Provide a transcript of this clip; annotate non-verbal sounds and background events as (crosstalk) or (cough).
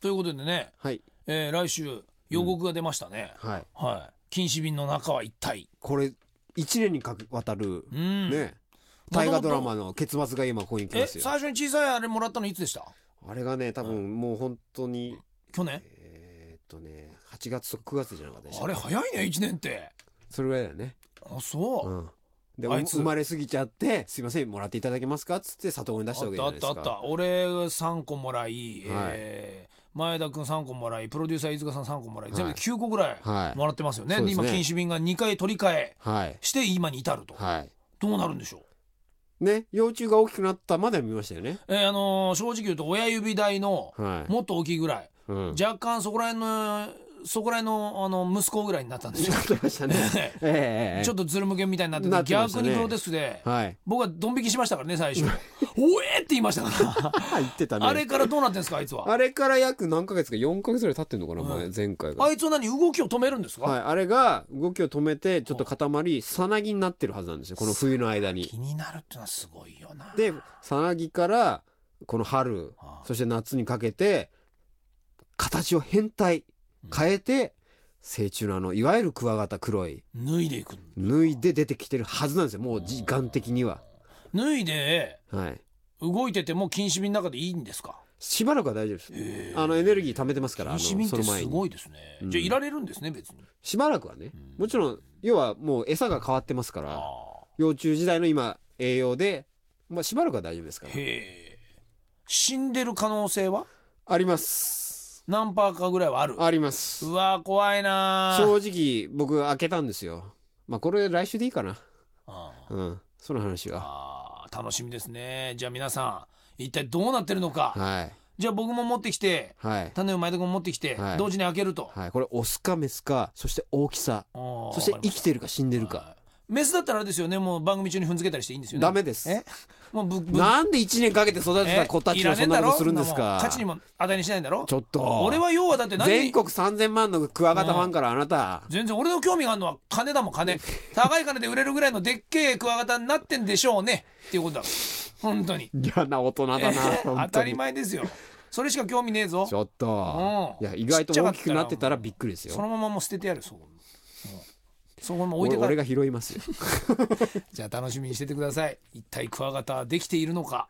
ということでね、はいえー来週予告が出ましたね、はいはい禁止瓶の中は一体これ一年にかけわたるうんね大河ドラマの結末が今ここに来えますよ最初に小さいあれもらったのいつでしたあれがね多分もう本当に去年えーっとね8月とか9月じゃなかったでしたあれ早いね1年ってそれぐらいだよねあそうう、んであいつ生まれすぎちゃって「すいませんもらっていただけますか?」っつって里子に出したわけじあゃなっいですたかあったあった俺3個もらい、はいえー前田君3個もらいプロデューサー飯塚さん3個もらい全部はでい9個ぐらいはいもらってますよね,、そうでですね今禁止瓶が2回取り替えはいして今に至ると、はいどうなるんでしょうね幼虫が大きくなったまでは見ましたよねえーあのー正直言うと親指大のはいもっと大きいぐらい、うん若干そこら辺のそこら辺のあの息子ぐらいにな (laughs) ったんですよなってまし (laughs) たねええええちょっとズル向けみたいになっててなってました逆ねにプロテストで、はい僕はドン引きしましたからね最初おえーって言いました (laughs) かあ言ってたねらあれからどうなってんですかあいつはあれから約何ヶ月か4ヶ月ぐらい経ってんのかな、前はい前回が。あいつは何動きを止めるんですか、はい、あれが動きを止めてちょっと固まりさなぎになってるはずなんですよこの冬の間に気。になるってのはすごいよなでさなぎからこの春あそして夏にかけて形を変態変えて成虫のあのいわゆるクワガタ黒い脱いでいく脱いで出てきてるはずなんですよもう時間的には。脱いではい動いてても禁止瓶の中でいいんですかしばらくは大丈夫です。あのエネルギー貯めてますからあ禁の止瓶ってその前すに。ごいですね、うんじゃあいられるんですね別にしばらくはねもちろん要はもう餌が変わってますから。あ幼虫時代の今栄養で、まあ、しばらくは大丈夫ですかーらへえ死んでる可能性はあります何パーかぐらいはあるありますうわー怖いなー正直僕開けたんですよまあこれ来週でいいかなあーうんその話はあー楽しみですねじゃあ皆さん一体どうなってるのか、はいじゃあ僕も持ってきてはい種を前田君も持ってきて、はい同時に開けると、はいこれオスかメスかそして大きさそそして生きてるか死んでるかメスだったらあれですよねもう番組中に踏んづけたりしていいんですよねダメですえもうぶぶなんで1年かけて育てた子たちがそんなことするんですいらねえだろか勝ちにも値にしないんだろちょっと俺は要はだって何全国3000万のクワガタファンからあなた全然俺の興味があるのは金だもん金高い金で売れるぐらいのでっけえクワガタになってんでしょうねっていうことだから本当に嫌な大人だ (laughs) な本当に当たり前ですよそれしか興味ねえぞちょっとういんや意外と大きくなってたらびっくりですよそのままもう捨ててやるそう、うんそのまま置い俺てか俺らが拾いますよじゃあ楽しみにしててください一体クワガタはできているのか